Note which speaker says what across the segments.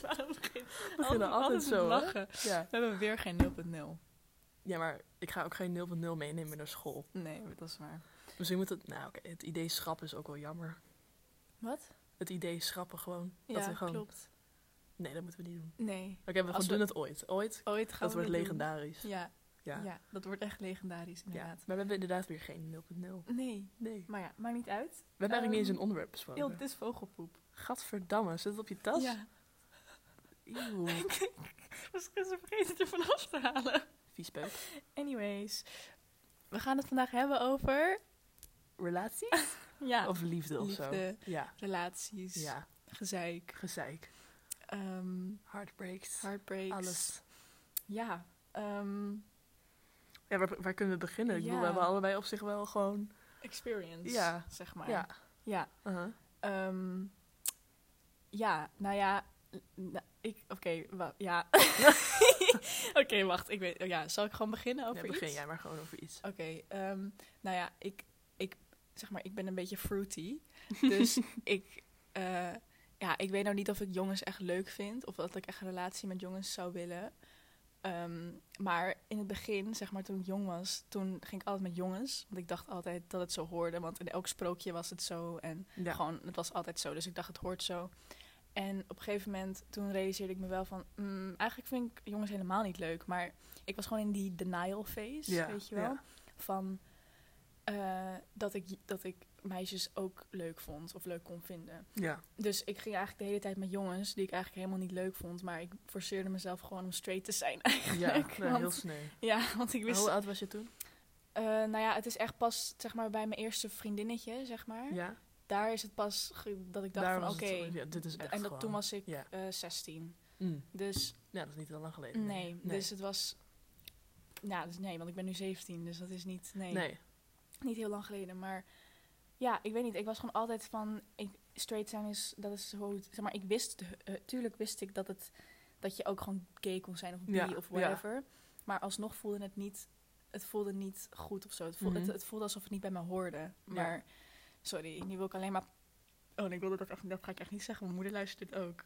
Speaker 1: Waarom begin
Speaker 2: We beginnen altijd
Speaker 1: met
Speaker 2: zo, hè?
Speaker 1: lachen?
Speaker 2: Ja.
Speaker 1: We hebben weer geen
Speaker 2: ja, maar ik ga ook geen 0.0 meenemen naar school.
Speaker 1: 0.0. Nee, dat is waar.
Speaker 2: Misschien moet het... Nou, oké, het idee schrappen is ook wel jammer.
Speaker 1: Wat?
Speaker 2: Het idee schrappen gewoon. dat
Speaker 1: Ja,
Speaker 2: we gewoon...
Speaker 1: klopt.
Speaker 2: Nee, dat moeten we niet doen.
Speaker 1: Nee.
Speaker 2: Oké, we
Speaker 1: Als
Speaker 2: gaan
Speaker 1: we-
Speaker 2: doen het ooit. Ooit,
Speaker 1: Ooit gaan
Speaker 2: dat
Speaker 1: we
Speaker 2: wordt
Speaker 1: dat doen.
Speaker 2: legendarisch.
Speaker 1: Ja,
Speaker 2: Ja.
Speaker 1: ja. dat wordt echt legendarisch
Speaker 2: Ja. Maar
Speaker 1: inderdaad.
Speaker 2: we hebben inderdaad weer geen 0.0.
Speaker 1: Nee,
Speaker 2: Nee. We
Speaker 1: maar ja, maakt niet uit.
Speaker 2: hebben eigenlijk niet eens
Speaker 1: Ehm,
Speaker 2: een onderwerp
Speaker 1: Yo,
Speaker 2: besproken.
Speaker 1: dit is vogelpoep.
Speaker 2: Gadverdamme, zit het op je tas?
Speaker 1: Ja.
Speaker 2: Eeuw.
Speaker 1: Misschien ze vergeten het er vanaf te halen.
Speaker 2: Vies peuk.
Speaker 1: Anyways, we gaan het vandaag hebben over...
Speaker 2: Relatie?
Speaker 1: Ja,
Speaker 2: Of liefde of zo?
Speaker 1: liefde,
Speaker 2: Ja.
Speaker 1: relaties,
Speaker 2: Ja.
Speaker 1: gezeik,
Speaker 2: Gezeik.
Speaker 1: ehm,
Speaker 2: Heartbreaks.
Speaker 1: heartbreaks.
Speaker 2: Alles.
Speaker 1: Ja, ehm,
Speaker 2: Ja, waar, waar kunnen we beginnen? Ik bedoel,
Speaker 1: Ja.
Speaker 2: we hebben allebei op zich wel gewoon...
Speaker 1: experience,
Speaker 2: Ja.
Speaker 1: zeg maar.
Speaker 2: Ja.
Speaker 1: ja.
Speaker 2: Uh-huh.
Speaker 1: ehm, ja, nou ja, n- nou, ik, oké, wa- ja. oké, wacht, ik weet, ja, zal ik gewoon beginnen over
Speaker 2: Nee, begin
Speaker 1: iets?
Speaker 2: jij maar gewoon over iets.
Speaker 1: Oké, ehm, nou ja, ik, ik, zeg maar, ik ben een beetje fruity. Dus ik, eh, ja, ik weet nou niet of ik jongens echt leuk vind. Of dat ik echt een relatie met jongens zou willen. Ehm, maar in het begin, zeg maar, toen ik jong was, toen ging ik altijd met jongens. Want ik dacht altijd dat het zo hoorde. Want in elk sprookje was het zo. En
Speaker 2: Ja.
Speaker 1: gewoon, het was altijd zo. Dus ik dacht, het hoort zo. En op een gegeven moment, toen realiseerde ik me wel van... mm, eigenlijk vind ik jongens helemaal niet leuk. Maar ik was gewoon in die denial phase,
Speaker 2: Ja,
Speaker 1: weet je wel.
Speaker 2: ja.
Speaker 1: Van eh, dat, ik, dat ik meisjes ook leuk vond of leuk kon vinden.
Speaker 2: Ja.
Speaker 1: Dus ik ging eigenlijk de hele tijd met jongens die ik eigenlijk helemaal niet leuk vond. Maar ik forceerde mezelf gewoon om straight te zijn
Speaker 2: Ja,
Speaker 1: eigenlijk.
Speaker 2: nou, heel
Speaker 1: want,
Speaker 2: snel.
Speaker 1: ja, want ik wist...
Speaker 2: Hoe oud was je toen?
Speaker 1: eh, nou ja, het is echt pas zeg maar, bij mijn eerste vriendinnetje, zeg maar.
Speaker 2: Ja.
Speaker 1: Daar is het pas ge- dat ik dacht van
Speaker 2: was
Speaker 1: oké.
Speaker 2: het- ja, dit is echt
Speaker 1: en
Speaker 2: gewoon-
Speaker 1: dat, toen was ik
Speaker 2: Ja. Eh,
Speaker 1: eh, 16.
Speaker 2: Mm.
Speaker 1: Dus
Speaker 2: Ja, dat is niet heel lang geleden.
Speaker 1: nee, Dus het was. Nou, dus nee, want ik ben nu 17, dus dat is niet. Nee,
Speaker 2: Nee.
Speaker 1: Niet heel lang geleden. Maar ja, ik weet niet. Ik was gewoon altijd van. Ik, straight zijn is. Dat is hoe. het- Zeg maar, ik wist. eh, tuurlijk wist ik dat het. Dat je ook gewoon gay kon zijn of bi
Speaker 2: Ja,
Speaker 1: of
Speaker 2: ja.
Speaker 1: whatever. Maar alsnog voelde het niet. Het voelde niet goed of zo. Het voelde,
Speaker 2: Mhm.
Speaker 1: het, het voelde alsof het niet bij me hoorde. Maar. Sorry, nu wil ik alleen maar. Oh, nee, ik wilde dat echt. Dat ga ik echt niet zeggen. Mijn moeder luistert dit ook.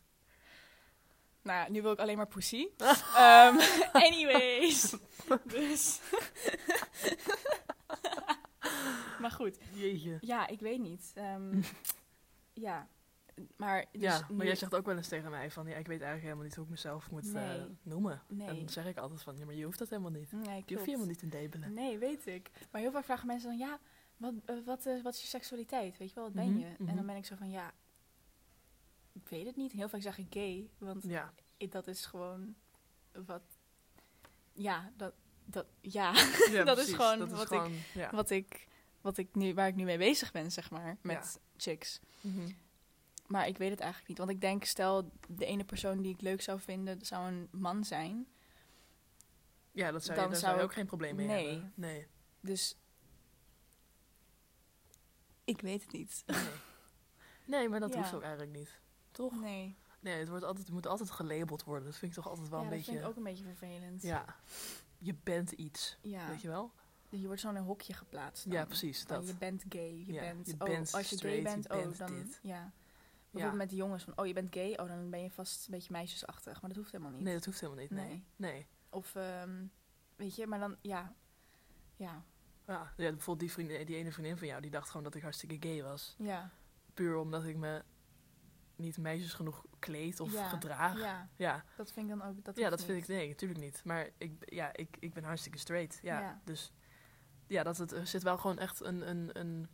Speaker 1: Nou ja, nu wil ik alleen maar pussy. Ehm, anyways. dus. maar goed.
Speaker 2: Jeetje.
Speaker 1: Ja, ik weet niet. Ehm, ja, maar... dus
Speaker 2: ja, maar
Speaker 1: nu-
Speaker 2: jij zegt ook wel eens tegen mij van, ja, ik weet eigenlijk helemaal niet hoe ik mezelf moet eh,
Speaker 1: Nee.
Speaker 2: noemen. En
Speaker 1: Nee,
Speaker 2: dan zeg ik altijd van, ja, maar je hoeft dat helemaal niet.
Speaker 1: nee klopt.
Speaker 2: Je hoeft je helemaal niet te labelen.
Speaker 1: Nee, weet ik. Maar heel vaak vragen mensen dan, ja, wat, eh, wat, eh, wat is je seksualiteit? Weet je wel, wat ben
Speaker 2: Mhm,
Speaker 1: je?
Speaker 2: mhm.
Speaker 1: En dan ben ik zo van, ja, ik weet het niet. Heel vaak zeg ik gay, want
Speaker 2: Ja.
Speaker 1: i- dat is gewoon wat... Ja, dat... dat ja,
Speaker 2: Ja,
Speaker 1: Dat is
Speaker 2: precies.
Speaker 1: gewoon
Speaker 2: dat is
Speaker 1: wat ik-
Speaker 2: gewoon, Ja.
Speaker 1: wat ik... Wat ik nu, waar ik nu mee bezig ben, zeg maar, met chicks.
Speaker 2: Mhm.
Speaker 1: Maar ik weet het eigenlijk niet. Want ik denk, stel, de ene persoon die ik leuk zou vinden, zou een man zijn.
Speaker 2: Ja, dat zou, je,
Speaker 1: Dan
Speaker 2: daar zou je
Speaker 1: zou
Speaker 2: ook geen probleem mee
Speaker 1: Nee.
Speaker 2: hebben. Nee.
Speaker 1: Dus ik weet het niet.
Speaker 2: Nee. Nee, maar dat
Speaker 1: Ja.
Speaker 2: hoeft ook eigenlijk niet. Toch?
Speaker 1: Nee.
Speaker 2: Nee, het, wordt altijd, het moet altijd gelabeld worden. Dat vind ik toch altijd wel
Speaker 1: ja,
Speaker 2: een
Speaker 1: dat
Speaker 2: beetje...
Speaker 1: vind ik ook een beetje vervelend.
Speaker 2: Ja. Je bent iets,
Speaker 1: Ja.
Speaker 2: weet je wel?
Speaker 1: Dus je wordt zo in een hokje geplaatst. dan.
Speaker 2: Ja, precies.
Speaker 1: Van,
Speaker 2: Dat.
Speaker 1: Je bent gay. Je,
Speaker 2: Ja,
Speaker 1: bent,
Speaker 2: je
Speaker 1: oh,
Speaker 2: bent
Speaker 1: als je
Speaker 2: straight, je
Speaker 1: gay bent, oh,
Speaker 2: bent
Speaker 1: dan.
Speaker 2: dit.
Speaker 1: Ja.
Speaker 2: Ja.
Speaker 1: Bijvoorbeeld met de jongens van, oh, je bent gay, oh, dan ben je vast een beetje meisjesachtig. Maar dat hoeft helemaal niet.
Speaker 2: Nee, dat hoeft helemaal niet. Nee.
Speaker 1: Nee.
Speaker 2: nee.
Speaker 1: Of, ehm, weet je, maar dan, ja. Ja.
Speaker 2: Ja, ja, bijvoorbeeld die, vriendin, die ene vriendin van jou, die dacht gewoon dat ik hartstikke gay was.
Speaker 1: Ja.
Speaker 2: Puur omdat ik me niet meisjes genoeg kleed of
Speaker 1: Ja,
Speaker 2: gedraag. Ja,
Speaker 1: Ja.
Speaker 2: ja.
Speaker 1: Dat vind ik dan ook. Dat,
Speaker 2: dat,
Speaker 1: hoeft
Speaker 2: vind
Speaker 1: niet.
Speaker 2: ik, nee, natuurlijk niet. Maar ik, ja, ik, ik ben hartstikke straight. Ja,
Speaker 1: Ja.
Speaker 2: dus ja, dat het, er zit wel gewoon echt een... een, een,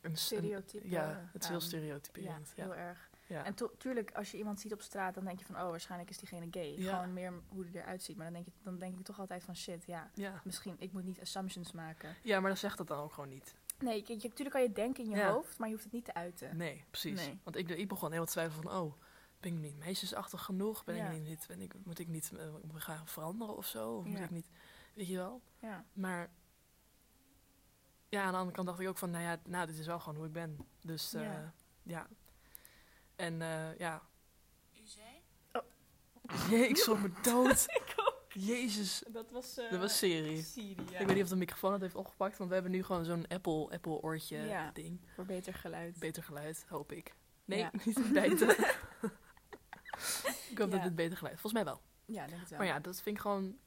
Speaker 2: een s- een-
Speaker 1: Stereotype.
Speaker 2: Ja, het is heel
Speaker 1: aan. Ja,
Speaker 2: stereotyperend. Ja,
Speaker 1: heel erg.
Speaker 2: ja.
Speaker 1: En to- tuurlijk, als je iemand ziet op straat, dan denk je van, oh, waarschijnlijk is diegene gay.
Speaker 2: Ja.
Speaker 1: Gewoon meer m- hoe die eruit ziet. Maar dan denk, je, dan denk ik toch altijd van, shit, ja,
Speaker 2: ja.
Speaker 1: misschien, ik moet niet assumptions maken.
Speaker 2: Ja, maar dat zegt dat dan ook gewoon niet.
Speaker 1: Nee, je, je- tuurlijk kan je denken in je
Speaker 2: Ja.
Speaker 1: hoofd, maar je hoeft het niet te uiten.
Speaker 2: Nee, precies.
Speaker 1: Nee.
Speaker 2: Want ik, ik begon heel wat twijfel van, oh, ben ik niet meisjesachtig genoeg? Ben
Speaker 1: Ja.
Speaker 2: ik niet, ben ik, moet ik niet eh, me gaan veranderen of zo? Of moet
Speaker 1: Ja.
Speaker 2: ik niet, weet je wel?
Speaker 1: Ja,
Speaker 2: Maar ja, aan de andere kant dacht ik ook van, nou ja, nou, dit is wel gewoon hoe ik ben. Dus eh, ja.
Speaker 1: Ja.
Speaker 2: En eh, ja.
Speaker 3: U zei?
Speaker 2: Jee, ik schrok me dood. Jezus.
Speaker 1: dat was, eh,
Speaker 2: Dat was serie. Ik weet niet of de microfoon het heeft opgepakt, want we hebben nu gewoon zo'n Apple, Apple oortje
Speaker 1: Ja.
Speaker 2: ding.
Speaker 1: Voor beter geluid.
Speaker 2: Beter geluid, hoop ik. Nee,
Speaker 1: Ja.
Speaker 2: niet bijten. ik hoop dat
Speaker 1: Ja.
Speaker 2: dit beter geluid. Volgens mij wel.
Speaker 1: Ja, denk het wel.
Speaker 2: Maar Oh ja, dat vind ik gewoon...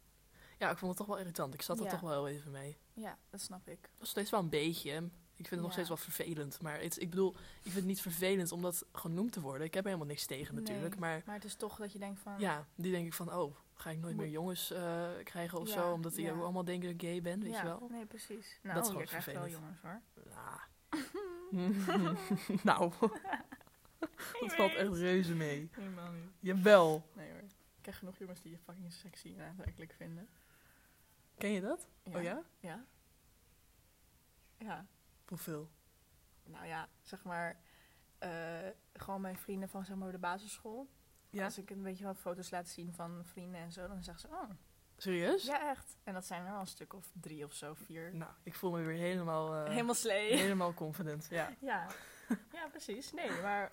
Speaker 2: Ja, ik vond het toch wel irritant. Ik zat er
Speaker 1: Ja.
Speaker 2: toch wel heel even mee.
Speaker 1: Ja, dat snap ik.
Speaker 2: Nog steeds wel een beetje. Ik vind het nog
Speaker 1: Ja.
Speaker 2: steeds wel vervelend. Maar het, ik bedoel, ik vind het niet vervelend om dat genoemd te worden. Ik heb er helemaal niks tegen natuurlijk.
Speaker 1: Nee,
Speaker 2: Maar
Speaker 1: Maar het is toch dat je denkt van...
Speaker 2: ja, die denk ik van, oh, ga ik nooit
Speaker 1: Moet-
Speaker 2: meer jongens eh, krijgen of
Speaker 1: Ja,
Speaker 2: zo. Omdat die
Speaker 1: ja.
Speaker 2: allemaal denken dat ik gay ben, weet
Speaker 1: Ja,
Speaker 2: je wel.
Speaker 1: Nee, precies. Nou,
Speaker 2: Dat is
Speaker 1: je
Speaker 2: gewoon
Speaker 1: krijgt wel
Speaker 2: vervelend.
Speaker 1: jongens hoor.
Speaker 2: Ja. nou, dat valt echt reuze mee.
Speaker 1: Helemaal niet.
Speaker 2: Jawel.
Speaker 1: Nee hoor. Ik krijg genoeg jongens die je fucking sexy en aantrekkelijk vinden.
Speaker 2: Ken je dat? Oh ja?
Speaker 1: Ja. Ja.
Speaker 2: Hoeveel?
Speaker 1: Nou ja, zeg maar... eh, gewoon mijn vrienden van zeg maar de basisschool.
Speaker 2: Ja?
Speaker 1: Als ik een beetje wat foto's laat zien van vrienden en zo, dan zeggen ze... Oh,
Speaker 2: Serieus?
Speaker 1: ja echt. En dat zijn er al een stuk of drie of zo, vier.
Speaker 2: Nou, ik voel me weer helemaal, eh,
Speaker 1: Helemaal slee.
Speaker 2: helemaal confident. Ja.
Speaker 1: Ja. ja, precies. Nee, maar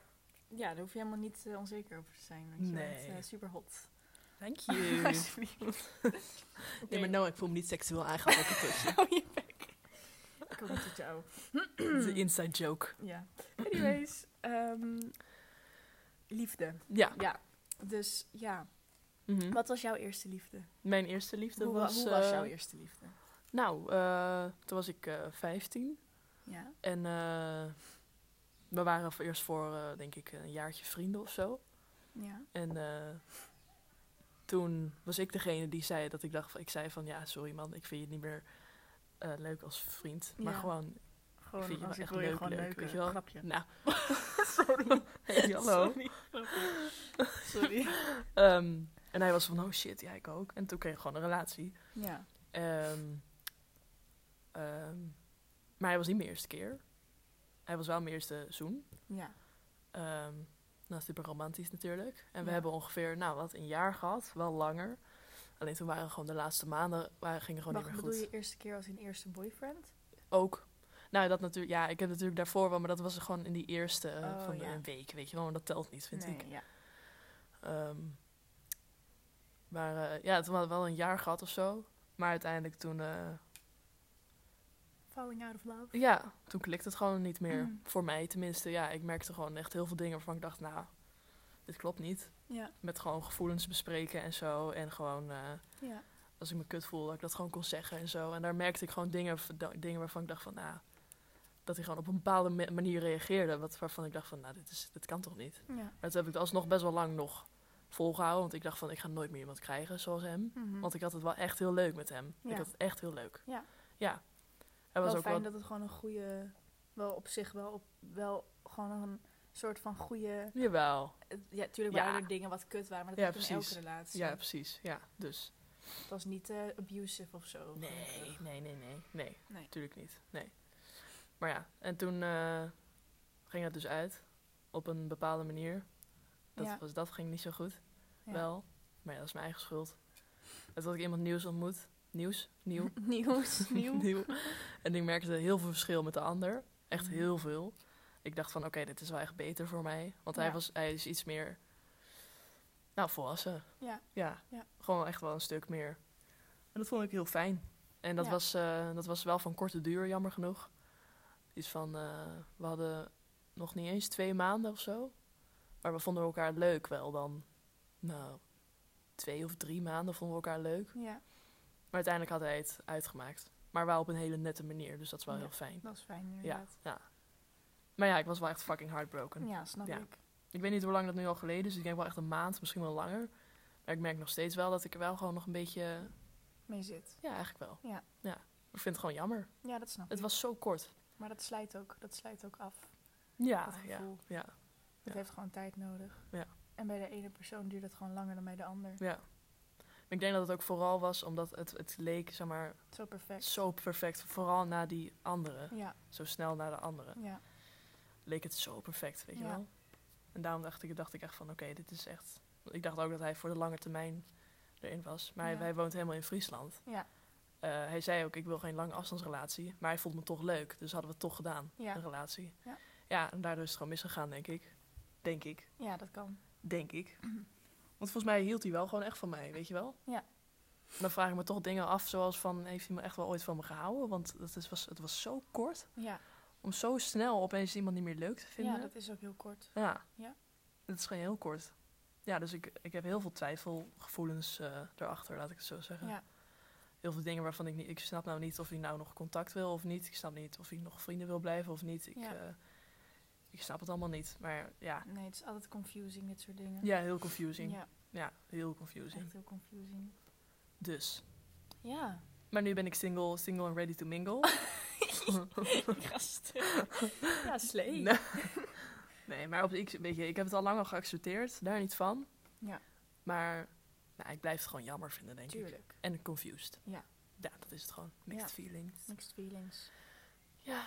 Speaker 1: ja, daar hoef je helemaal niet eh, onzeker over te zijn. Want je
Speaker 2: Nee.
Speaker 1: bent eh, super hot.
Speaker 2: Thank you.
Speaker 1: Alsjeblieft.
Speaker 2: nee, maar nou, ik voel me niet seksueel aangetrokken dus tussen.
Speaker 1: Hou je bek. Ik kom niet tot jou.
Speaker 2: De inside joke.
Speaker 1: Ja. Anyways, ehm, liefde.
Speaker 2: Ja.
Speaker 1: Ja. Dus ja,
Speaker 2: Mhm.
Speaker 1: wat was jouw eerste liefde?
Speaker 2: Mijn eerste liefde
Speaker 1: hoe, wa-
Speaker 2: was...
Speaker 1: hoe was
Speaker 2: eh,
Speaker 1: jouw eerste liefde?
Speaker 2: Nou, eh, toen was ik eh 15.
Speaker 1: Ja.
Speaker 2: En eh, we waren voor eerst voor, eh, denk ik, een jaartje vrienden of zo.
Speaker 1: Ja.
Speaker 2: En eh, toen was ik degene die zei dat ik dacht... van- Ik zei van, ja, sorry man, ik vind je niet meer eh, leuk als vriend. Maar
Speaker 1: Ja.
Speaker 2: gewoon,
Speaker 1: Gewoon,
Speaker 2: vind je
Speaker 1: als
Speaker 2: wel echt
Speaker 1: wil je
Speaker 2: leuk,
Speaker 1: gewoon
Speaker 2: leuk,
Speaker 1: neuken.
Speaker 2: weet je wel.
Speaker 1: Grapje.
Speaker 2: nou...
Speaker 1: Sorry.
Speaker 2: Hey, hallo.
Speaker 1: Sorry. grapje. Sorry.
Speaker 2: Ehm, en hij was van, oh shit, ja, ik ook. En toen kreeg ik gewoon een relatie.
Speaker 1: Ja.
Speaker 2: Ehm, ehm, maar hij was niet mijn eerste keer. Hij was wel mijn eerste zoen.
Speaker 1: Ja.
Speaker 2: Ehm nou, super romantisch natuurlijk. En we
Speaker 1: Ja.
Speaker 2: hebben ongeveer, nou wat, een jaar gehad. Wel langer. Alleen toen waren gewoon de laatste maanden, waren, gingen gewoon
Speaker 1: Wacht,
Speaker 2: niet meer
Speaker 1: bedoel
Speaker 2: goed.
Speaker 1: je eerste keer als een eerste boyfriend?
Speaker 2: Ook. Nou, dat natuurlijk, ja, ik heb natuurlijk daarvoor wel, maar dat was gewoon in die eerste eh,
Speaker 1: Oh,
Speaker 2: van
Speaker 1: ja.
Speaker 2: een week, weet je wel. Maar dat telt niet, vind
Speaker 1: nee,
Speaker 2: ik.
Speaker 1: ja.
Speaker 2: Ehm, maar eh, ja, toen hadden we wel een jaar gehad of zo. Maar uiteindelijk toen, eh,
Speaker 1: Falling out of love.
Speaker 2: ja, toen klikte het gewoon niet meer.
Speaker 1: Mm.
Speaker 2: Voor mij tenminste, ja. Ik merkte gewoon echt heel veel dingen waarvan ik dacht, nou, dit klopt niet.
Speaker 1: Ja.
Speaker 2: Met gewoon gevoelens bespreken en zo. En gewoon, eh,
Speaker 1: Ja.
Speaker 2: als ik me kut voel, dat ik dat gewoon kon zeggen en zo. En daar merkte ik gewoon dingen, v- da- dingen waarvan ik dacht van, nou, dat hij gewoon op een bepaalde ma- manier reageerde. Wat, waarvan ik dacht van, nou, dit, is, dit kan toch niet.
Speaker 1: Ja.
Speaker 2: Maar toen heb ik het alsnog best wel lang nog volgehouden. Want ik dacht van, ik ga nooit meer iemand krijgen zoals hem.
Speaker 1: Mhm.
Speaker 2: Want ik had het wel echt heel leuk met hem.
Speaker 1: Ja.
Speaker 2: Ik had het echt heel leuk.
Speaker 1: Ja.
Speaker 2: Ja. Hij was
Speaker 1: wel
Speaker 2: ook
Speaker 1: fijn
Speaker 2: wel...
Speaker 1: dat het gewoon een goede, wel op zich wel, op, wel gewoon een soort van goede.
Speaker 2: Jawel.
Speaker 1: Ja, tuurlijk
Speaker 2: Ja.
Speaker 1: waren er dingen wat kut waren, maar dat
Speaker 2: Ja,
Speaker 1: heb je in elke
Speaker 2: precies.
Speaker 1: relatie.
Speaker 2: Ja, precies. Ja, dus...
Speaker 1: Het was niet eh, abusive of zo.
Speaker 2: Nee,
Speaker 1: gelukkig.
Speaker 2: nee, nee, nee. Nee,
Speaker 1: Nee.
Speaker 2: natuurlijk niet. Nee. Maar ja, en toen eh, ging het dus uit. Op een bepaalde manier. Dat,
Speaker 1: Ja.
Speaker 2: was, dat ging niet zo goed.
Speaker 1: Ja.
Speaker 2: Wel. Maar ja, dat is mijn eigen schuld. En toen had ik iemand nieuws ontmoet. Nieuws? Nieuw?
Speaker 1: Nieuws, nieuw.
Speaker 2: nieuw. En ik merkte heel veel verschil met de ander. Echt
Speaker 1: Mhm.
Speaker 2: heel veel. Ik dacht van, oké, dit is wel echt beter voor mij. Want hij,
Speaker 1: Ja.
Speaker 2: was, hij is iets meer... Nou, volwassen.
Speaker 1: Ja.
Speaker 2: Ja.
Speaker 1: Ja.
Speaker 2: Gewoon echt wel een stuk meer. En dat vond ik heel fijn. En dat,
Speaker 1: Ja.
Speaker 2: was, eh, dat was wel van korte duur, jammer genoeg. Iets van, eh, we hadden nog niet eens twee maanden of zo. Maar we vonden elkaar leuk wel dan. Nou, twee of drie maanden vonden we elkaar leuk.
Speaker 1: Ja,
Speaker 2: Maar uiteindelijk had hij het uitgemaakt. Maar wel op een hele nette manier, dus dat is wel
Speaker 1: Ja.
Speaker 2: heel fijn.
Speaker 1: dat is fijn
Speaker 2: Ja,
Speaker 1: inderdaad.
Speaker 2: ja. Maar ja, ik was wel echt fucking heartbroken.
Speaker 1: Ja, snap
Speaker 2: Ja.
Speaker 1: ik.
Speaker 2: Ik weet niet hoe lang dat nu al geleden is. dus Ik denk wel echt een maand, misschien wel langer. Maar ik merk nog steeds wel dat ik er wel gewoon nog een beetje...
Speaker 1: Mee zit.
Speaker 2: Ja, eigenlijk wel.
Speaker 1: Ja.
Speaker 2: Ik vind het gewoon jammer.
Speaker 1: Ja, dat snap
Speaker 2: Het
Speaker 1: ik.
Speaker 2: was zo kort.
Speaker 1: Maar dat slijt ook, dat slijt ook af.
Speaker 2: Ja,
Speaker 1: dat
Speaker 2: Ah, ja,
Speaker 1: gevoel.
Speaker 2: ja,
Speaker 1: Dat
Speaker 2: Ja.
Speaker 1: heeft gewoon tijd nodig.
Speaker 2: Ja.
Speaker 1: En bij de ene persoon duurt het gewoon langer dan bij de ander.
Speaker 2: ja. Maar ik denk dat het ook vooral was omdat het, het leek, zeg maar,
Speaker 1: Zo perfect.
Speaker 2: zo perfect. Vooral na die andere.
Speaker 1: Ja,
Speaker 2: Zo snel na de andere.
Speaker 1: ja.
Speaker 2: leek het zo perfect, weet je
Speaker 1: Ja.
Speaker 2: wel. En daarom dacht ik, dacht ik echt van, oké, dit is echt... want Ik dacht ook dat hij voor de lange termijn erin was. Maar hij,
Speaker 1: Ja.
Speaker 2: hij woont helemaal in Friesland.
Speaker 1: Ja.
Speaker 2: Eh, hij zei ook, ik wil geen lange afstandsrelatie. Maar hij vond me toch leuk, dus hadden we het toch gedaan,
Speaker 1: Ja.
Speaker 2: een relatie.
Speaker 1: Ja.
Speaker 2: ja, en daardoor is het gewoon misgegaan, denk ik. Denk ik.
Speaker 1: ja, dat kan.
Speaker 2: Denk ik. Want volgens mij hield hij wel gewoon echt van mij, weet je wel?
Speaker 1: Mhm. Ja.
Speaker 2: En dan vraag ik me toch dingen af, zoals van, heeft hij me echt wel ooit van me gehouden? Want dat is, was, het was zo kort,
Speaker 1: Ja.
Speaker 2: om zo snel opeens iemand niet meer leuk te vinden.
Speaker 1: ja, dat is ook heel kort.
Speaker 2: Ja.
Speaker 1: Ja.
Speaker 2: Dat is gewoon heel kort. Ja, dus ik, ik heb heel veel twijfelgevoelens eh erachter, laat ik het zo zeggen.
Speaker 1: Ja.
Speaker 2: Heel veel dingen waarvan ik niet... Ik snap nou niet of hij nou nog contact wil of niet. Ik snap niet of hij nog vrienden wil blijven of niet. Ik,
Speaker 1: Ja.
Speaker 2: eh, ik snap het allemaal niet. Maar ja,
Speaker 1: Nee, het is altijd confusing, dit soort dingen.
Speaker 2: ja heel confusing. Ja,
Speaker 1: Ja,
Speaker 2: heel confusing.
Speaker 1: echt heel confusing.
Speaker 2: Dus.
Speaker 1: Ja.
Speaker 2: Maar nu ben ik single, single and ready to
Speaker 1: Oh,
Speaker 2: mingle.
Speaker 1: ja, slee.
Speaker 2: Nee. nee, maar op, ik, weet je, ik heb het al lang al geaccepteerd. Daar niet van.
Speaker 1: Ja.
Speaker 2: Maar nou, ik blijf het gewoon jammer vinden, denk ik.
Speaker 1: Tuurlijk.
Speaker 2: En confused.
Speaker 1: Ja.
Speaker 2: Ja, dat is het gewoon. Mixed feelings.
Speaker 1: Mixed feelings.
Speaker 2: Ja.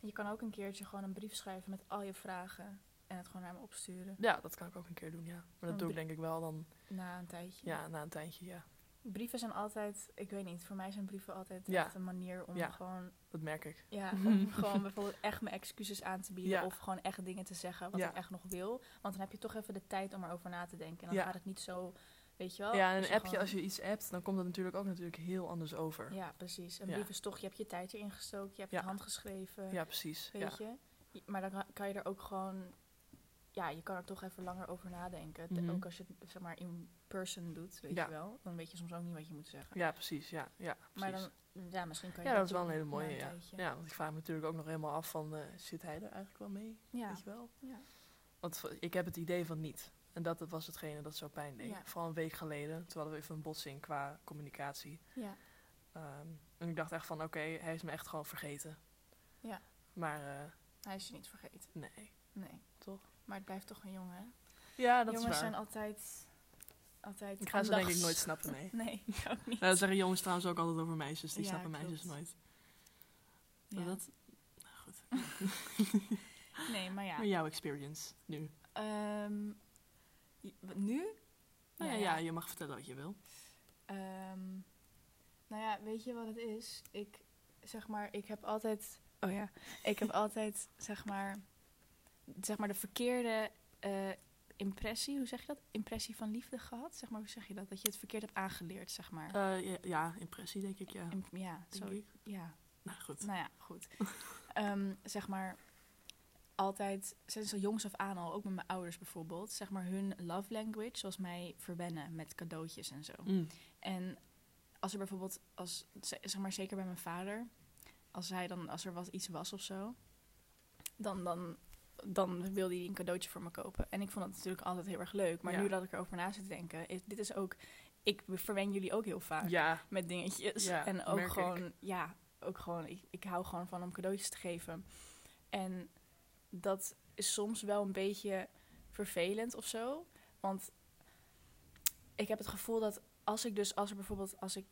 Speaker 1: Je kan ook een keertje gewoon een brief schrijven met al je vragen. En het gewoon naar me opsturen.
Speaker 2: Ja, dat kan ik ook een keer doen, ja. Maar
Speaker 1: Een
Speaker 2: dat doe ik
Speaker 1: brie-
Speaker 2: denk ik wel dan,
Speaker 1: Na een tijdje.
Speaker 2: ja, na een tijdje, ja.
Speaker 1: Brieven zijn altijd, ik weet niet, voor mij zijn brieven altijd
Speaker 2: Ja.
Speaker 1: echt een manier om
Speaker 2: Ja.
Speaker 1: gewoon,
Speaker 2: Dat merk ik.
Speaker 1: ja, om gewoon bijvoorbeeld echt mijn excuses aan te bieden
Speaker 2: Mhm. Ja.
Speaker 1: of gewoon echt dingen te zeggen wat
Speaker 2: Ja.
Speaker 1: ik echt nog wil. Want dan heb je toch even de tijd om erover na te denken. En dan
Speaker 2: Ja.
Speaker 1: gaat het niet zo, weet je wel.
Speaker 2: ja, en
Speaker 1: Oh, is
Speaker 2: een
Speaker 1: er
Speaker 2: appje,
Speaker 1: gewoon-
Speaker 2: als je iets appt, dan komt dat natuurlijk ook natuurlijk heel anders over. Ja,
Speaker 1: Ja, precies. Een
Speaker 2: Ja.
Speaker 1: brief is toch, je hebt je tijd erin gestoken, je hebt
Speaker 2: Ja.
Speaker 1: je hand geschreven,
Speaker 2: precies. Ja.
Speaker 1: weet je. Je- Maar dan kan- kan je er ook gewoon, ja, je kan er toch even langer over nadenken. Te-
Speaker 2: Mhm.
Speaker 1: Ook als je het, zeg maar, in person doet, weet
Speaker 2: Ja.
Speaker 1: je wel. Dan weet je soms ook niet wat je moet zeggen.
Speaker 2: ja, precies. Ja, ja, precies.
Speaker 1: Maar dan, ja, misschien kan je
Speaker 2: ja, dat is wel een
Speaker 1: doen
Speaker 2: hele
Speaker 1: na
Speaker 2: mooie,
Speaker 1: een
Speaker 2: ja.
Speaker 1: tijdje.
Speaker 2: Ja, want ik vraag me natuurlijk ook nog helemaal af van, eh, zit hij er eigenlijk wel mee?
Speaker 1: Ja.
Speaker 2: Weet je wel?
Speaker 1: Ja.
Speaker 2: Want v- ik heb het idee van niet. En dat was hetgene dat zo pijn deed.
Speaker 1: Ja.
Speaker 2: Vooral een week geleden, toen hadden we even een botsing qua communicatie.
Speaker 1: Ja.
Speaker 2: Ehm, en ik dacht echt van, oké, hij is me echt gewoon vergeten.
Speaker 1: Ja.
Speaker 2: Maar eh,
Speaker 1: Hij is je niet vergeten.
Speaker 2: nee.
Speaker 1: Nee.
Speaker 2: Toch?
Speaker 1: Maar het blijft toch een jongen, hè?
Speaker 2: Ja, dat
Speaker 1: Jongens
Speaker 2: is waar.
Speaker 1: zijn altijd... altijd
Speaker 2: Ik ga ze denk ik
Speaker 1: aandachts-
Speaker 2: nooit snappen, nee.
Speaker 1: Nee, ik ook niet.
Speaker 2: Nou, dat zeggen jongens trouwens ook altijd over meisjes. Die
Speaker 1: Ja,
Speaker 2: snappen meisjes
Speaker 1: klopt.
Speaker 2: nooit.
Speaker 1: Ja. Nou,
Speaker 2: Maar dat,
Speaker 1: Nee, maar ja.
Speaker 2: maar jouw experience nu.
Speaker 1: Ehm, je- wat nu?
Speaker 2: Nou ja,
Speaker 1: Nou ja.
Speaker 2: ja, je mag vertellen wat je wil.
Speaker 1: Ehm, nou ja, weet je wat het is? Ik, zeg maar, ik heb altijd... Oh ja. Ik heb altijd, zeg maar... Zeg maar de verkeerde eh, impressie, hoe zeg je dat? Impressie van liefde gehad? Zeg maar, hoe zeg je dat? Dat je het verkeerd hebt aangeleerd, zeg maar.
Speaker 2: Eh, ja, ja, impressie denk ik, ja.
Speaker 1: Imp- ja,
Speaker 2: Denk
Speaker 1: zo,
Speaker 2: ik.
Speaker 1: ja,
Speaker 2: Nou goed.
Speaker 1: nou ja, goed. Ehm, zeg maar, altijd, sinds al jongs af aan al, ook met mijn ouders bijvoorbeeld, zeg maar hun love language was mij verwennen met cadeautjes en zo.
Speaker 2: Mm.
Speaker 1: En als er bijvoorbeeld, als, ze- zeg maar zeker bij mijn vader, als hij dan, als er wat iets was of zo, dan, dan, dan wilde hij een cadeautje voor me kopen. En ik vond dat natuurlijk altijd heel erg leuk. Maar
Speaker 2: Ja.
Speaker 1: nu dat ik erover na zit te denken, is, dit is ook, ik verwen jullie ook heel vaak
Speaker 2: Ja,
Speaker 1: met dingetjes.
Speaker 2: Ja,
Speaker 1: en ook
Speaker 2: merk
Speaker 1: gewoon, ja, ook gewoon, ik, ik hou gewoon van om cadeautjes te geven. En dat is soms wel een beetje vervelend of zo. Want ik heb het gevoel dat als ik dus, als er bijvoorbeeld, als ik,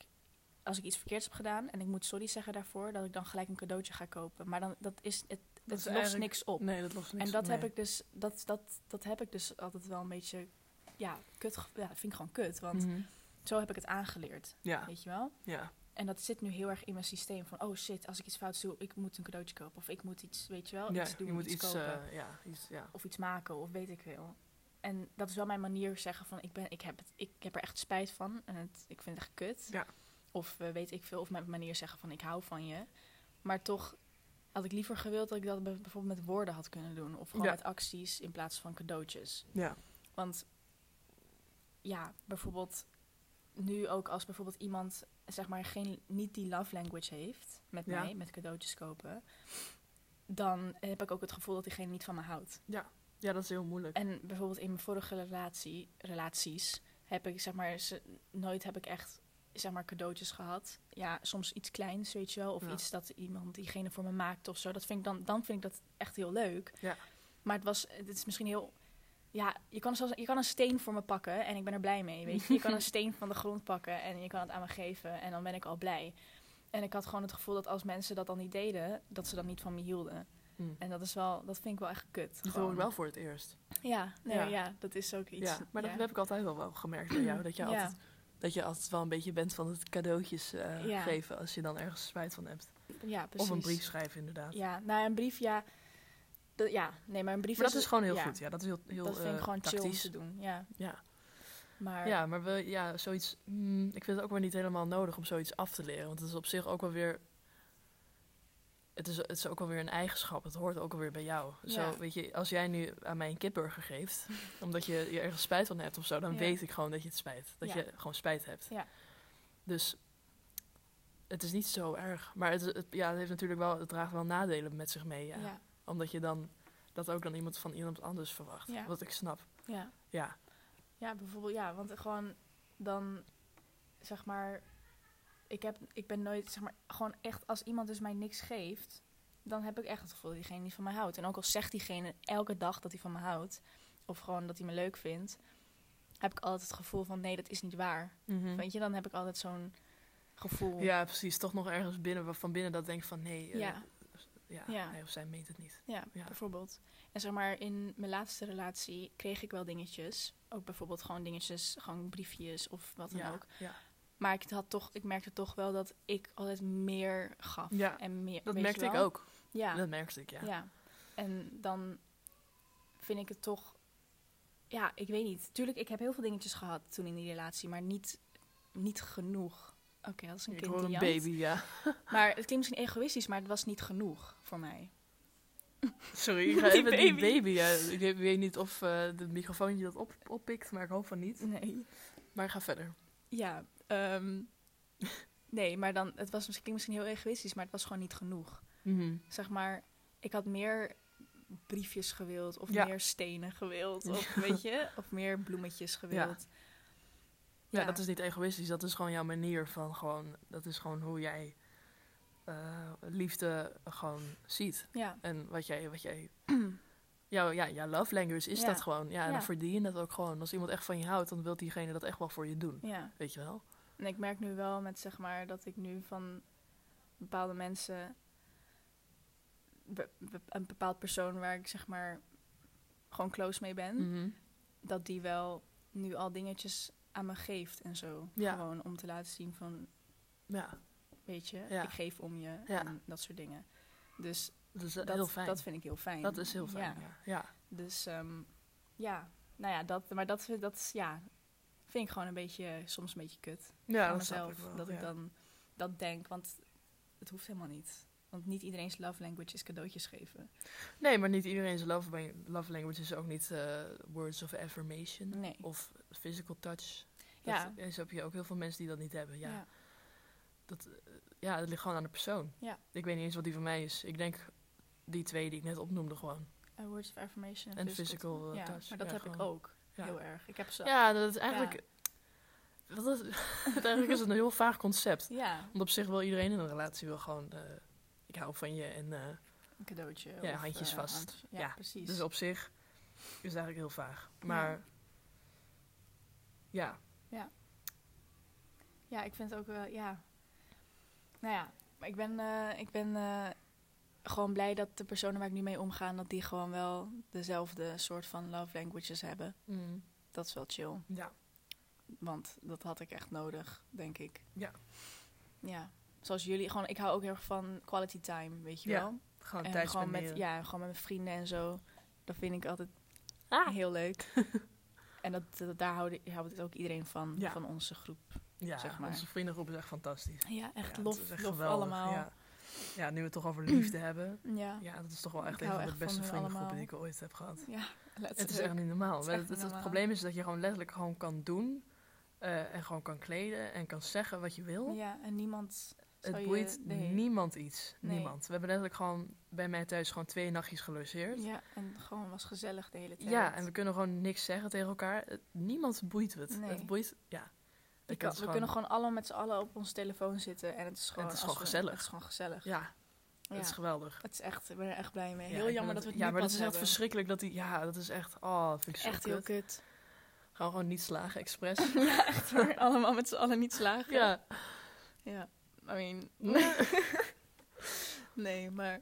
Speaker 1: als ik iets verkeerds heb gedaan en ik moet sorry zeggen daarvoor, dat ik dan gelijk een cadeautje ga kopen. Maar dan, dat is, het,
Speaker 2: Dat
Speaker 1: het
Speaker 2: is
Speaker 1: lost
Speaker 2: eigenlijk-
Speaker 1: niks op.
Speaker 2: nee, dat lost niks
Speaker 1: en dat
Speaker 2: op, nee.
Speaker 1: heb ik dus, dat, dat, dat heb ik dus altijd wel een beetje, ja, kut, ge- ja, vind ik gewoon kut. Want
Speaker 2: Mhm.
Speaker 1: zo heb ik het aangeleerd,
Speaker 2: Ja,
Speaker 1: weet je wel.
Speaker 2: ja.
Speaker 1: En dat zit nu heel erg in mijn systeem van, oh shit, als ik iets fouts doe, ik moet een cadeautje kopen. Of ik moet iets, weet je wel,
Speaker 2: ja
Speaker 1: iets doen,
Speaker 2: je moet
Speaker 1: iets,
Speaker 2: iets,
Speaker 1: kopen.
Speaker 2: eh, ja, iets, ja.
Speaker 1: Of iets maken, of weet ik veel. En dat is wel mijn manier zeggen van, ik, ben, ik, heb, het, ik heb er echt spijt van en het, ik vind het echt kut.
Speaker 2: Ja.
Speaker 1: Of eh, weet ik veel, of mijn manier zeggen van, ik hou van je. Maar toch had ik liever gewild dat ik dat bij- bijvoorbeeld met woorden had kunnen doen. Of gewoon
Speaker 2: Ja.
Speaker 1: met acties in plaats van cadeautjes.
Speaker 2: Ja,
Speaker 1: Want ja, bijvoorbeeld nu ook als bijvoorbeeld iemand zeg maar geen, niet die love language heeft met
Speaker 2: Ja.
Speaker 1: mij, met cadeautjes kopen, dan heb ik ook het gevoel dat diegene niet van me houdt.
Speaker 2: ja dat is heel moeilijk.
Speaker 1: En bijvoorbeeld in mijn vorige relatie, relaties heb ik zeg maar ze, nooit heb ik echt zeg maar cadeautjes gehad. Ja, soms iets kleins, weet je wel, of
Speaker 2: Ja.
Speaker 1: iets dat iemand diegene voor me maakt of zo. Dat vind ik dan, dan vind ik dat echt heel leuk.
Speaker 2: Ja.
Speaker 1: Maar het was, het is misschien heel ja, je kan, zelfs, je kan een steen voor me pakken en ik ben er blij mee. Weet je? je kan een steen van de grond pakken en je kan het aan me geven en dan ben ik al blij. En ik had gewoon het gevoel dat als mensen dat dan niet deden, dat ze dan niet van me hielden.
Speaker 2: Mm.
Speaker 1: En dat is wel, dat vind ik wel echt kut.
Speaker 2: Dat hoor
Speaker 1: gewoon.
Speaker 2: ik wel voor het eerst.
Speaker 1: Ja, nee,
Speaker 2: Ja.
Speaker 1: ja. dat is ook iets.
Speaker 2: ja, maar dat heb ik altijd wel, wel gemerkt bij jou. Dat je,
Speaker 1: Ja.
Speaker 2: altijd, dat je altijd wel een beetje bent van het cadeautjes eh,
Speaker 1: Ja.
Speaker 2: geven als je dan ergens spijt van hebt.
Speaker 1: ja, precies.
Speaker 2: Of een brief schrijven, inderdaad.
Speaker 1: Ja, nou ja, een brief, ja. Dat- ja, nee, maar een brief
Speaker 2: Maar dat is gewoon heel goed. Ja, dat is heel, heel
Speaker 1: dat vind ik
Speaker 2: eh,
Speaker 1: gewoon chill om
Speaker 2: tactisch.
Speaker 1: te doen. Ja,
Speaker 2: Ja.
Speaker 1: maar
Speaker 2: ja, maar we, ja, zoiets. mm, ik vind het ook wel niet helemaal nodig om zoiets af te leren. Want het is op zich ook wel weer. het is, het is ook alweer een eigenschap. Het hoort ook alweer bij jou.
Speaker 1: Ja.
Speaker 2: Zo, weet je, als jij nu aan mij een kipburger geeft, omdat je je ergens spijt van hebt of zo, dan
Speaker 1: Ja.
Speaker 2: weet ik gewoon dat je het spijt. Dat
Speaker 1: Ja.
Speaker 2: je gewoon spijt hebt.
Speaker 1: Ja.
Speaker 2: Dus het is niet zo erg. Maar het, het- ja, het, heeft natuurlijk wel, het draagt wel nadelen met zich mee. Ja.
Speaker 1: Ja, ja.
Speaker 2: Omdat je dan dat ook dan iemand van iemand anders verwacht.
Speaker 1: Ja.
Speaker 2: Wat ik snap.
Speaker 1: ja.
Speaker 2: Ja.
Speaker 1: bijvoorbeeld, ja, want gewoon dan, zeg maar, ik, heb, ik ben nooit, zeg maar, gewoon echt, als iemand dus mij niks geeft, dan heb ik echt het gevoel dat diegene niet van mij houdt. En ook al zegt diegene elke dag dat hij van me houdt, of gewoon dat hij me leuk vindt, heb ik altijd het gevoel van, nee, dat is niet waar. Weet je, dan heb ik altijd zo'n gevoel.
Speaker 2: Mm. Ja, precies. Toch nog ergens binnen, wa- van binnen dat denkt van nee, eh,
Speaker 1: Ja.
Speaker 2: ja,
Speaker 1: Ja.
Speaker 2: hij of zij meent het niet.
Speaker 1: Ja,
Speaker 2: Ja.
Speaker 1: bijvoorbeeld. En zeg maar, in mijn laatste relatie kreeg ik wel dingetjes. Ook bijvoorbeeld gewoon dingetjes, gewoon briefjes of wat dan
Speaker 2: ja.
Speaker 1: ook.
Speaker 2: Ja.
Speaker 1: Maar ik, had toch, ik merkte toch wel dat ik altijd meer gaf.
Speaker 2: Ja,
Speaker 1: en meer, weet
Speaker 2: Dat
Speaker 1: je
Speaker 2: merkte ik
Speaker 1: wel?
Speaker 2: ook.
Speaker 1: Ja,
Speaker 2: Dat merkte ik, ja.
Speaker 1: ja. En dan vind ik het toch... Ja, ik weet niet. Tuurlijk, ik heb heel veel dingetjes gehad toen in die relatie, maar niet, niet genoeg. Oké, dat is een
Speaker 2: Ik
Speaker 1: kind
Speaker 2: hoor een
Speaker 1: die jankt.
Speaker 2: baby, ja.
Speaker 1: Maar het klinkt misschien egoïstisch, maar het was niet genoeg voor mij.
Speaker 2: Sorry, ik ga
Speaker 1: Die
Speaker 2: even die
Speaker 1: baby.
Speaker 2: baby. Ja. Ik weet- weet niet of eh de microfoontje dat op, oppikt, maar ik hoop van niet.
Speaker 1: Nee.
Speaker 2: Maar ga verder.
Speaker 1: Ja, ehm, nee, maar dan, het was misschien, klinkt misschien heel egoïstisch, maar het was gewoon niet genoeg. Zeg maar, ik had meer briefjes gewild, of
Speaker 2: Ja.
Speaker 1: meer stenen gewild, of weet je, of meer bloemetjes gewild.
Speaker 2: Ja. dat is niet egoïstisch. Dat is gewoon jouw manier van gewoon... Dat is gewoon hoe jij eh, liefde gewoon ziet.
Speaker 1: Ja,
Speaker 2: En wat jij... Wat jij jouw, ja, jouw love language is
Speaker 1: Ja.
Speaker 2: dat gewoon. Ja, en
Speaker 1: Ja.
Speaker 2: dan verdien je dat ook gewoon. Als iemand echt van je houdt, dan wil diegene dat echt wel voor je doen.
Speaker 1: ja.
Speaker 2: Weet je wel?
Speaker 1: En ik merk nu wel met, zeg maar, dat ik nu van bepaalde mensen, be- be- een bepaald persoon waar ik, zeg maar, gewoon close mee ben,
Speaker 2: Mhm.
Speaker 1: dat die wel nu al dingetjes aan me geeft en zo.
Speaker 2: Ja.
Speaker 1: Gewoon om te laten zien van,
Speaker 2: Ja,
Speaker 1: weet je,
Speaker 2: Ja.
Speaker 1: ik geef om je
Speaker 2: Ja.
Speaker 1: en dat soort dingen. Dus
Speaker 2: dat is
Speaker 1: dat,
Speaker 2: heel fijn.
Speaker 1: dat vind ik heel fijn.
Speaker 2: dat is heel fijn,
Speaker 1: Ja.
Speaker 2: ja. ja.
Speaker 1: Dus ehm, ja, nou ja, dat, maar dat, dat is, ja, vind ik gewoon een beetje, soms een beetje kut
Speaker 2: Ja,
Speaker 1: van
Speaker 2: dat snap
Speaker 1: mezelf.
Speaker 2: ik wel,
Speaker 1: dat
Speaker 2: ja.
Speaker 1: ik dan dat denk, want het hoeft helemaal niet. Want niet iedereen's love language is cadeautjes geven.
Speaker 2: Nee, maar niet iedereen zijn love, bang- love language is ook niet eh, words of affirmation
Speaker 1: Nee.
Speaker 2: of physical touch.
Speaker 1: Ja.
Speaker 2: Dat is, heb je ook heel veel mensen die dat niet hebben. Ja.
Speaker 1: Ja.
Speaker 2: Dat, eh, ja, dat ligt gewoon aan de persoon.
Speaker 1: Ja.
Speaker 2: Ik weet niet eens wat die van mij is. Ik denk die twee die ik net opnoemde gewoon.
Speaker 1: Uh, words of affirmation
Speaker 2: En physical, eh,
Speaker 1: ja,
Speaker 2: touch,
Speaker 1: Maar dat
Speaker 2: ja,
Speaker 1: heb ik
Speaker 2: gewoon.
Speaker 1: ook
Speaker 2: Ja.
Speaker 1: heel erg. Ik heb ze.
Speaker 2: Ja, dat is eigenlijk... Wat is, eigenlijk is het een heel vaag concept.
Speaker 1: ja,
Speaker 2: Want op zich wil iedereen in een relatie wel gewoon... eh, ik hou van je en... eh,
Speaker 1: een cadeautje.
Speaker 2: Ja,
Speaker 1: of,
Speaker 2: handjes
Speaker 1: eh,
Speaker 2: vast.
Speaker 1: handjes- Ja,
Speaker 2: Ja,
Speaker 1: precies.
Speaker 2: dus op zich is het eigenlijk heel vaag. Maar... Ja.
Speaker 1: Ja, ik vind het ook wel, ja. Nou ja, maar ik ben, eh, ik ben eh, gewoon blij dat de personen waar ik nu mee omga, dat die gewoon wel dezelfde soort van love languages hebben.
Speaker 2: Mm.
Speaker 1: Dat is wel chill,
Speaker 2: ja.
Speaker 1: want dat had ik echt nodig, denk ik.
Speaker 2: Ja.
Speaker 1: Ja, zoals jullie, gewoon, ik hou ook heel erg van quality time, weet je
Speaker 2: Ja,
Speaker 1: wel.
Speaker 2: Gewoon
Speaker 1: en
Speaker 2: tijd
Speaker 1: gewoon met,
Speaker 2: spenderen.
Speaker 1: ja, gewoon met mijn vrienden en zo. Dat vind ik altijd
Speaker 2: Ah.
Speaker 1: heel leuk. en dat, dat- daar houdt houdt ook iedereen van,
Speaker 2: Ja.
Speaker 1: van onze groep.
Speaker 2: Ja,
Speaker 1: zeg maar.
Speaker 2: onze vriendengroep is echt fantastisch.
Speaker 1: Ja, echt
Speaker 2: Ja, het is
Speaker 1: lof,
Speaker 2: echt
Speaker 1: lof
Speaker 2: geweldig,
Speaker 1: allemaal.
Speaker 2: Ja. ja, nu we het toch over liefde hebben.
Speaker 1: Ja.
Speaker 2: Ja, dat is toch wel echt
Speaker 1: Ik
Speaker 2: een
Speaker 1: hou
Speaker 2: van de
Speaker 1: echt van
Speaker 2: beste
Speaker 1: hun
Speaker 2: vriendengroepen die
Speaker 1: allemaal.
Speaker 2: ik ooit heb gehad.
Speaker 1: Ja,
Speaker 2: Het is echt niet normaal.
Speaker 1: is
Speaker 2: Het,
Speaker 1: echt
Speaker 2: het,
Speaker 1: niet
Speaker 2: het
Speaker 1: normaal.
Speaker 2: probleem is dat je gewoon letterlijk gewoon kan doen eh, en gewoon kan kleden en kan zeggen wat je wil.
Speaker 1: Ja, en niemand. zou
Speaker 2: het
Speaker 1: je-
Speaker 2: boeit
Speaker 1: nee.
Speaker 2: niemand iets.
Speaker 1: Nee.
Speaker 2: Niemand. We hebben letterlijk gewoon bij mij thuis gewoon twee nachtjes gelogeerd. Ja,
Speaker 1: Ja, en gewoon was gezellig de hele tijd.
Speaker 2: en we kunnen gewoon niks zeggen tegen elkaar. Het- niemand boeit het.
Speaker 1: Nee.
Speaker 2: Het boeit, ja.
Speaker 1: Je
Speaker 2: Ik
Speaker 1: kan-
Speaker 2: had
Speaker 1: we kunnen gewoon allemaal met z'n allen op ons telefoon zitten en het is gewoon,
Speaker 2: het is
Speaker 1: als
Speaker 2: gewoon
Speaker 1: we-
Speaker 2: gezellig.
Speaker 1: Het is gewoon gezellig.
Speaker 2: Ja,
Speaker 1: Ja.
Speaker 2: het is geweldig.
Speaker 1: Het is echt, ik ben er echt blij mee.
Speaker 2: Ja,
Speaker 1: Heel
Speaker 2: ik
Speaker 1: jammer
Speaker 2: ben
Speaker 1: dat we het
Speaker 2: Ja,
Speaker 1: nu
Speaker 2: maar
Speaker 1: pas
Speaker 2: dat is echt
Speaker 1: hebben.
Speaker 2: verschrikkelijk dat die... Ja, dat is echt... Oh, dat vind ik zo
Speaker 1: Echt
Speaker 2: kut.
Speaker 1: heel kut.
Speaker 2: Gaan we gewoon niet slagen, expres.
Speaker 1: ja, echt hoor. Allemaal met z'n allen niet slagen.
Speaker 2: ja.
Speaker 1: Ja, I mean... nee, maar...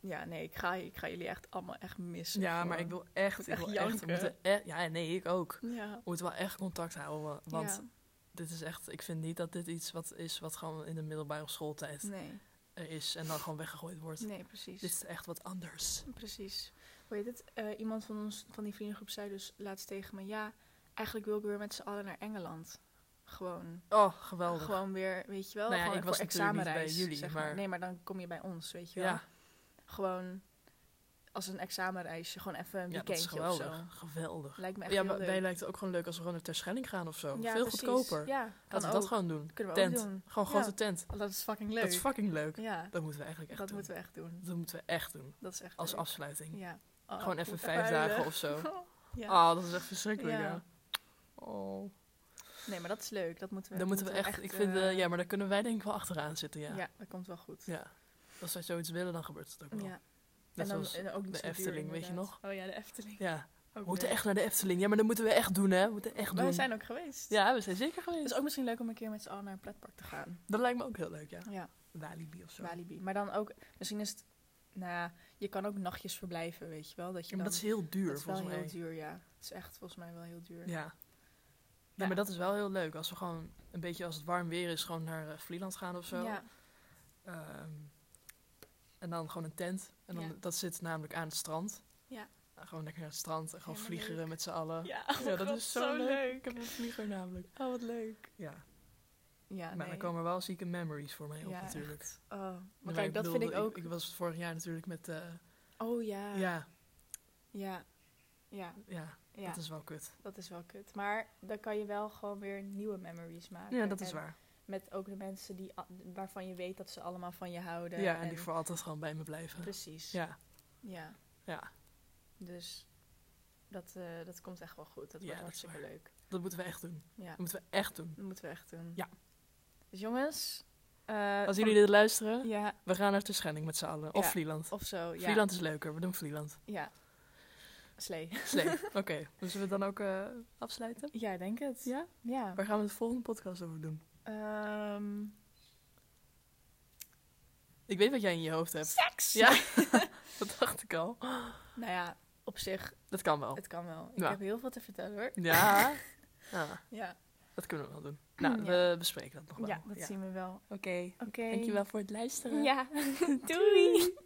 Speaker 1: Ja, nee, ik ga, ik ga jullie echt allemaal echt missen.
Speaker 2: ja,
Speaker 1: gewoon.
Speaker 2: maar ik wil echt...
Speaker 1: moet
Speaker 2: Ik
Speaker 1: echt
Speaker 2: wil echt we
Speaker 1: janken.
Speaker 2: moeten e- ja, nee, ik ook.
Speaker 1: Ja.
Speaker 2: We moeten wel echt contact houden, wa- want
Speaker 1: Ja.
Speaker 2: dit is echt... Ik vind niet dat dit iets wat is wat gewoon in de middelbare schooltijd
Speaker 1: Nee,
Speaker 2: er is en dan gewoon weggegooid wordt.
Speaker 1: nee, precies.
Speaker 2: Dit is echt wat anders.
Speaker 1: Precies. Hoe heet het? Eh, iemand van, ons, van die vriendengroep zei dus laatst tegen me... Ja, eigenlijk wil ik weer met z'n allen naar Engeland. Gewoon,
Speaker 2: Oh, geweldig.
Speaker 1: gewoon weer, weet je wel,
Speaker 2: Nou ja,
Speaker 1: gewoon
Speaker 2: ik was
Speaker 1: voor
Speaker 2: natuurlijk niet
Speaker 1: examenreis.
Speaker 2: bij jullie,
Speaker 1: zeg maar.
Speaker 2: maar-
Speaker 1: Nee, maar dan kom je bij ons, weet je wel.
Speaker 2: ja,
Speaker 1: Gewoon als een examenreisje, gewoon even een
Speaker 2: ja, dat is
Speaker 1: weekendje of zo.
Speaker 2: geweldig. Geweldig.
Speaker 1: Lijkt me echt
Speaker 2: Ja,
Speaker 1: heel
Speaker 2: maar
Speaker 1: leuk.
Speaker 2: wij lijkt het ook gewoon leuk als we gewoon naar Terschelling gaan of zo.
Speaker 1: Ja,
Speaker 2: Veel
Speaker 1: precies.
Speaker 2: goedkoper.
Speaker 1: Ja, kan
Speaker 2: Laten we dat
Speaker 1: ook.
Speaker 2: gewoon doen.
Speaker 1: Kunnen we ook
Speaker 2: tent.
Speaker 1: doen.
Speaker 2: Gewoon
Speaker 1: Ja.
Speaker 2: grote tent.
Speaker 1: Want Dat is fucking leuk.
Speaker 2: Dat is fucking leuk.
Speaker 1: ja,
Speaker 2: Dat moeten we eigenlijk echt
Speaker 1: dat
Speaker 2: doen.
Speaker 1: moeten we echt doen.
Speaker 2: Dat moeten we echt doen.
Speaker 1: Dat is echt
Speaker 2: Als
Speaker 1: leuk.
Speaker 2: afsluiting.
Speaker 1: Ja. Oh,
Speaker 2: Gewoon
Speaker 1: ik
Speaker 2: even
Speaker 1: moet
Speaker 2: vijf
Speaker 1: huilen.
Speaker 2: dagen of zo.
Speaker 1: Ja.
Speaker 2: Ah, dat is echt verschrikkelijk,
Speaker 1: Ja.
Speaker 2: ja. Oh.
Speaker 1: Nee, maar dat is leuk. Dat moeten we,
Speaker 2: Dan moeten we echt, ik vind,
Speaker 1: eh,
Speaker 2: eh, ja, maar daar kunnen wij denk ik wel achteraan zitten, ja.
Speaker 1: ja.
Speaker 2: Ja.
Speaker 1: dat komt wel goed.
Speaker 2: Als wij zoiets willen, dan gebeurt het ook wel.
Speaker 1: Ja.
Speaker 2: Net
Speaker 1: en dan
Speaker 2: zoals-
Speaker 1: en ook niet
Speaker 2: de
Speaker 1: zo duur,
Speaker 2: Efteling, weet je
Speaker 1: inderdaad.
Speaker 2: nog?
Speaker 1: Oh ja, de Efteling.
Speaker 2: ja.
Speaker 1: Ook
Speaker 2: We moeten
Speaker 1: leuk.
Speaker 2: echt naar de Efteling. Ja, maar dat moeten we echt doen, hè. We moeten echt
Speaker 1: Maar
Speaker 2: doen.
Speaker 1: we zijn ook geweest.
Speaker 2: Ja, we zijn zeker geweest.
Speaker 1: Het is ook misschien leuk om een keer met z'n allen naar een pretpark te gaan.
Speaker 2: Dat lijkt me ook heel leuk, ja.
Speaker 1: Ja,
Speaker 2: Walibi of zo.
Speaker 1: Walibi. Maar dan ook, misschien is het, nou ja, je kan ook nachtjes verblijven, weet je wel. Dat je
Speaker 2: Ja, maar dat
Speaker 1: dan-
Speaker 2: is heel duur,
Speaker 1: dat is wel
Speaker 2: volgens mij.
Speaker 1: heel duur, ja. Het is echt volgens mij wel heel duur.
Speaker 2: Ja.
Speaker 1: Ja.
Speaker 2: Nee, maar dat is wel heel leuk. Als we gewoon een beetje, als het warm weer is, gewoon naar eh, Vlieland gaan of zo.
Speaker 1: Ja,
Speaker 2: Ehm, en dan gewoon een tent. En dan,
Speaker 1: Ja.
Speaker 2: dat zit namelijk aan het strand.
Speaker 1: Ja.
Speaker 2: Nou, gewoon lekker naar het strand en gewoon
Speaker 1: Helemaal
Speaker 2: vliegeren
Speaker 1: leuk.
Speaker 2: met z'n allen.
Speaker 1: ja,
Speaker 2: Ja,
Speaker 1: dat is zo leuk.
Speaker 2: Ik heb een vlieger namelijk.
Speaker 1: Oh, wat leuk.
Speaker 2: Ja,
Speaker 1: Ja,
Speaker 2: maar
Speaker 1: Ah, nee.
Speaker 2: dan komen er wel zieke memories voor mij op
Speaker 1: Ja,
Speaker 2: natuurlijk.
Speaker 1: echt. Oh, maar
Speaker 2: Maar
Speaker 1: kijk, dat
Speaker 2: bedoel,
Speaker 1: vind ik ook...
Speaker 2: Ik, was vorig jaar natuurlijk met... eh,
Speaker 1: oh ja, ja,
Speaker 2: ja,
Speaker 1: ja, ja.
Speaker 2: ja, dat is wel kut.
Speaker 1: Dat is wel kut. Maar dan kan je wel gewoon weer nieuwe memories maken.
Speaker 2: Ja, dat is
Speaker 1: En
Speaker 2: waar.
Speaker 1: Met ook de mensen die, a- waarvan je weet dat ze allemaal van je houden.
Speaker 2: Ja, en die voor altijd gewoon bij me blijven.
Speaker 1: Precies. Ja.
Speaker 2: Ja, ja.
Speaker 1: Dus dat, eh, dat komt echt wel goed. Dat
Speaker 2: Ja,
Speaker 1: wordt
Speaker 2: dat is
Speaker 1: hartstikke
Speaker 2: waar.
Speaker 1: leuk.
Speaker 2: Dat moeten we echt doen.
Speaker 1: Ja,
Speaker 2: Dat moeten we echt doen.
Speaker 1: dat moeten we echt doen.
Speaker 2: Ja.
Speaker 1: Dus jongens... eh,
Speaker 2: Als
Speaker 1: van-
Speaker 2: jullie dit luisteren,
Speaker 1: Ja,
Speaker 2: we gaan naar de Schending met z'n allen. Of
Speaker 1: Ja.
Speaker 2: Vlieland.
Speaker 1: of zo. Ja.
Speaker 2: Vlieland is leuker, we doen Vlieland.
Speaker 1: Ja. Slee.
Speaker 2: Slee. Oké, dus we dan ook eh, afsluiten?
Speaker 1: Ja, ik denk het.
Speaker 2: Ja?
Speaker 1: Ja.
Speaker 2: Waar gaan we de volgende podcast over doen?
Speaker 1: Ehm,
Speaker 2: Ik weet wat jij in je hoofd hebt.
Speaker 1: seks!
Speaker 2: Ja, dat dacht ik al.
Speaker 1: Nou ja, op zich,
Speaker 2: Dat kan wel.
Speaker 1: het kan wel. Ik
Speaker 2: Oh. Ja.
Speaker 1: heb heel veel te vertellen hoor.
Speaker 2: Ja. Ah,
Speaker 1: Ja,
Speaker 2: dat kunnen we wel doen. Nou,
Speaker 1: Ja.
Speaker 2: we bespreken dat nog wel.
Speaker 1: ja dat zien we wel.
Speaker 2: Oké,
Speaker 1: Oké.
Speaker 2: dankjewel voor het luisteren.
Speaker 1: Ja, doei!